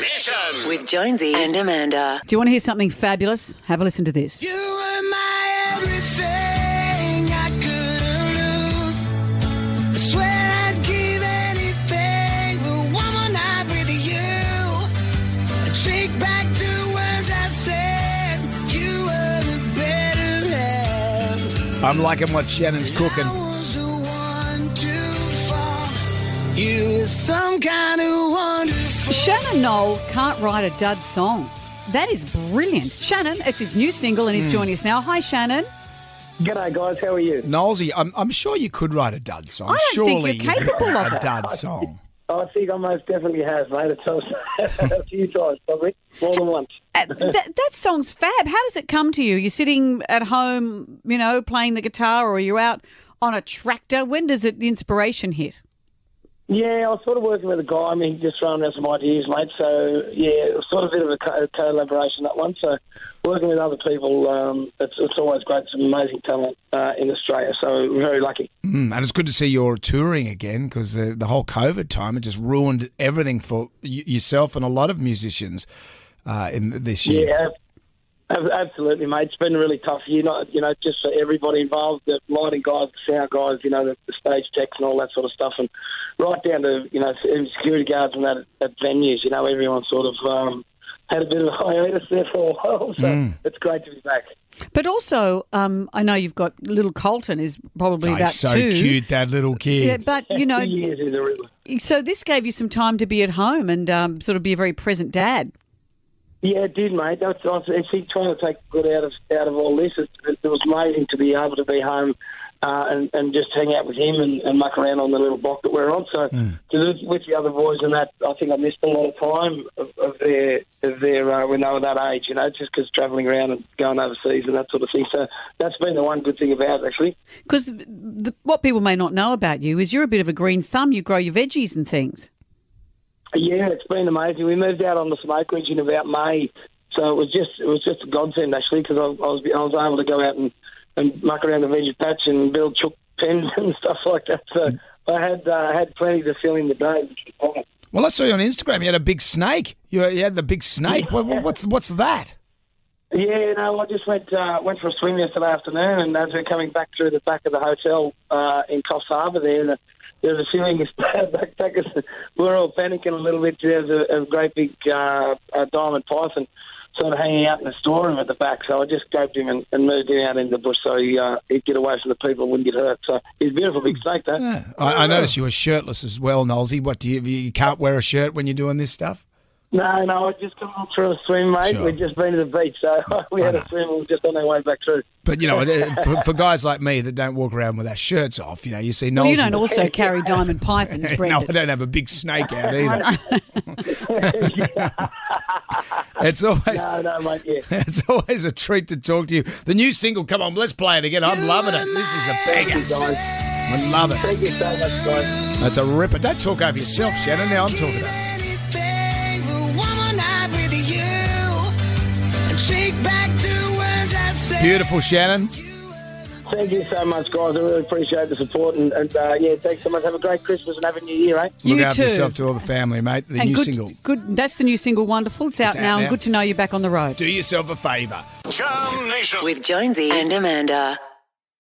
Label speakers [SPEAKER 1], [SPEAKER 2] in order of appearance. [SPEAKER 1] Mission.
[SPEAKER 2] With Jonesy and Amanda.
[SPEAKER 3] Do you want to hear something fabulous? Have a listen to this.
[SPEAKER 4] You were my everything I couldn't lose. I swear I'd give anything for one more night with you. I take back the words I said. You were the better half.
[SPEAKER 5] I'm liking what Shannon's cooking.
[SPEAKER 4] I was the one to fall. You were some kind of wonderful.
[SPEAKER 3] Shannon Knoll can't write a dud song. That is brilliant. Shannon, it's his new single
[SPEAKER 5] Hmm.
[SPEAKER 3] and he's joining us now. Hi, Shannon.
[SPEAKER 6] G'day, guys. How are you?
[SPEAKER 5] Knowlesy, I'm, I'm sure you could write a dud song.
[SPEAKER 3] I don't think
[SPEAKER 5] Surely
[SPEAKER 3] you're
[SPEAKER 5] you could
[SPEAKER 3] capable
[SPEAKER 5] write
[SPEAKER 3] of
[SPEAKER 5] a
[SPEAKER 3] it.
[SPEAKER 5] dud song.
[SPEAKER 6] I think I most definitely have, mate. It's also a few times, probably more than once.
[SPEAKER 3] Uh, th- that song's fab. How does it come to you? You're sitting at home, you know, playing the guitar or you're out on a tractor. When does it the inspiration hit?
[SPEAKER 6] Yeah, I was sort of working with a guy. I mean, he just throwing around some ideas, mate. So yeah, it was sort of a bit of a co- collaboration that one. So working with other people, um, it's, it's always great. Some amazing talent uh, in Australia. So we're very lucky.
[SPEAKER 5] Mm, and it's good to see you're touring again because the, the whole COVID time, it just ruined everything for y- yourself and a lot of musicians uh, in this year.
[SPEAKER 6] Yeah, ab- absolutely, mate. It's been a really tough year, not you know, just for everybody involved, the lighting guys, the sound guys, you know, the, the stage techs and all that sort of stuff, and right down to you know even security guards and that at venues. You know, everyone sort of um, had a bit of a hiatus there for a while, so it's great to be back.
[SPEAKER 3] But also, um, I know you've got little Colton is probably
[SPEAKER 5] Oh,
[SPEAKER 3] about
[SPEAKER 5] he's so
[SPEAKER 3] two.
[SPEAKER 5] cute, that little
[SPEAKER 3] Yeah,
[SPEAKER 5] kid.
[SPEAKER 3] but you know,
[SPEAKER 6] Two years in the river.
[SPEAKER 3] so this gave you some time to be at home and um, sort of be a very present dad.
[SPEAKER 6] Yeah, it did, mate. That's I was actually trying to take good out of out of all this. It, it, was amazing to be able to be home uh, and and just hang out with him and, and muck around on the little block that we're on. So to do it with the other boys and that, I think I missed a lot of time of, of their of their uh, when they were that age. You know, just because travelling around and going overseas and that sort of thing. So that's been the one good thing about it, actually.
[SPEAKER 3] Because what people may not know about you is you're a bit of a green thumb. You grow your veggies and things.
[SPEAKER 6] Yeah, it's been amazing. We moved out on the smoke ridge in about May, so it was just it was just a godsend actually because I, I was I was able to go out and, and muck around the veggie patch and build chook pens and stuff like that. So I had uh, had plenty to fill in the day. which was fine.
[SPEAKER 5] Well, I saw you on Instagram. You had a big snake. You, you had the big snake. What, what- what's, what's that?
[SPEAKER 6] Yeah, no, I just went uh, went for a swim yesterday afternoon, and as we're coming back through the back of the hotel uh, in Coffs Harbour, there, the, there was a few English backpackers. We were all panicking a little bit. There was a, a great big uh, a diamond python sort of hanging out in the storeroom at the back, so I just scoped him and, and moved him out into the bush so he, uh, he'd get away from the people and wouldn't get hurt. So he's a beautiful big snake, though.
[SPEAKER 3] Oh.
[SPEAKER 5] I, I noticed you were shirtless as well, Knowlesy. What do you, you can't wear a shirt when you're doing this stuff?
[SPEAKER 6] No, no, I just come on through a swim, mate.
[SPEAKER 5] Sure.
[SPEAKER 6] We'd just been to the beach, so we had
[SPEAKER 5] know.
[SPEAKER 6] a swim. We were just on our way back through.
[SPEAKER 5] But you know, it- it- for, for guys like me that don't walk around with our shirts off, you know, you see Knowlesy.
[SPEAKER 3] Well, you don't also carry diamond pythons,
[SPEAKER 5] no,
[SPEAKER 3] Brendan.
[SPEAKER 5] I don't have a big snake out either. it's always
[SPEAKER 6] No, no, mate, yeah.
[SPEAKER 5] it's always a treat to talk to you. The new single, come on, let's play it again. I'm loving it. This is a
[SPEAKER 6] Thank you,
[SPEAKER 5] banger.
[SPEAKER 6] guys.
[SPEAKER 5] I love it.
[SPEAKER 6] Thank you so much, guys.
[SPEAKER 5] That's a ripper. Don't talk over yourself, Shannon. Now I'm talking. About. it.
[SPEAKER 4] Anything for one more night with you. I take back the words I said.
[SPEAKER 5] Beautiful, Shannon.
[SPEAKER 6] Thank you so much, guys. I really appreciate the support. And, and uh, yeah, thanks so much. Have a great Christmas and have a new year, eh?
[SPEAKER 3] You
[SPEAKER 5] Look after
[SPEAKER 3] too.
[SPEAKER 5] yourself to all the family, mate. The
[SPEAKER 3] and
[SPEAKER 5] new
[SPEAKER 3] good,
[SPEAKER 5] single.
[SPEAKER 3] good. That's the new single, wonderful. It's out,
[SPEAKER 5] out
[SPEAKER 3] now,
[SPEAKER 5] now.
[SPEAKER 3] and good to know you're back on the road.
[SPEAKER 5] Do yourself a favour.
[SPEAKER 1] Jam Nation.
[SPEAKER 2] With Jonesy and Amanda.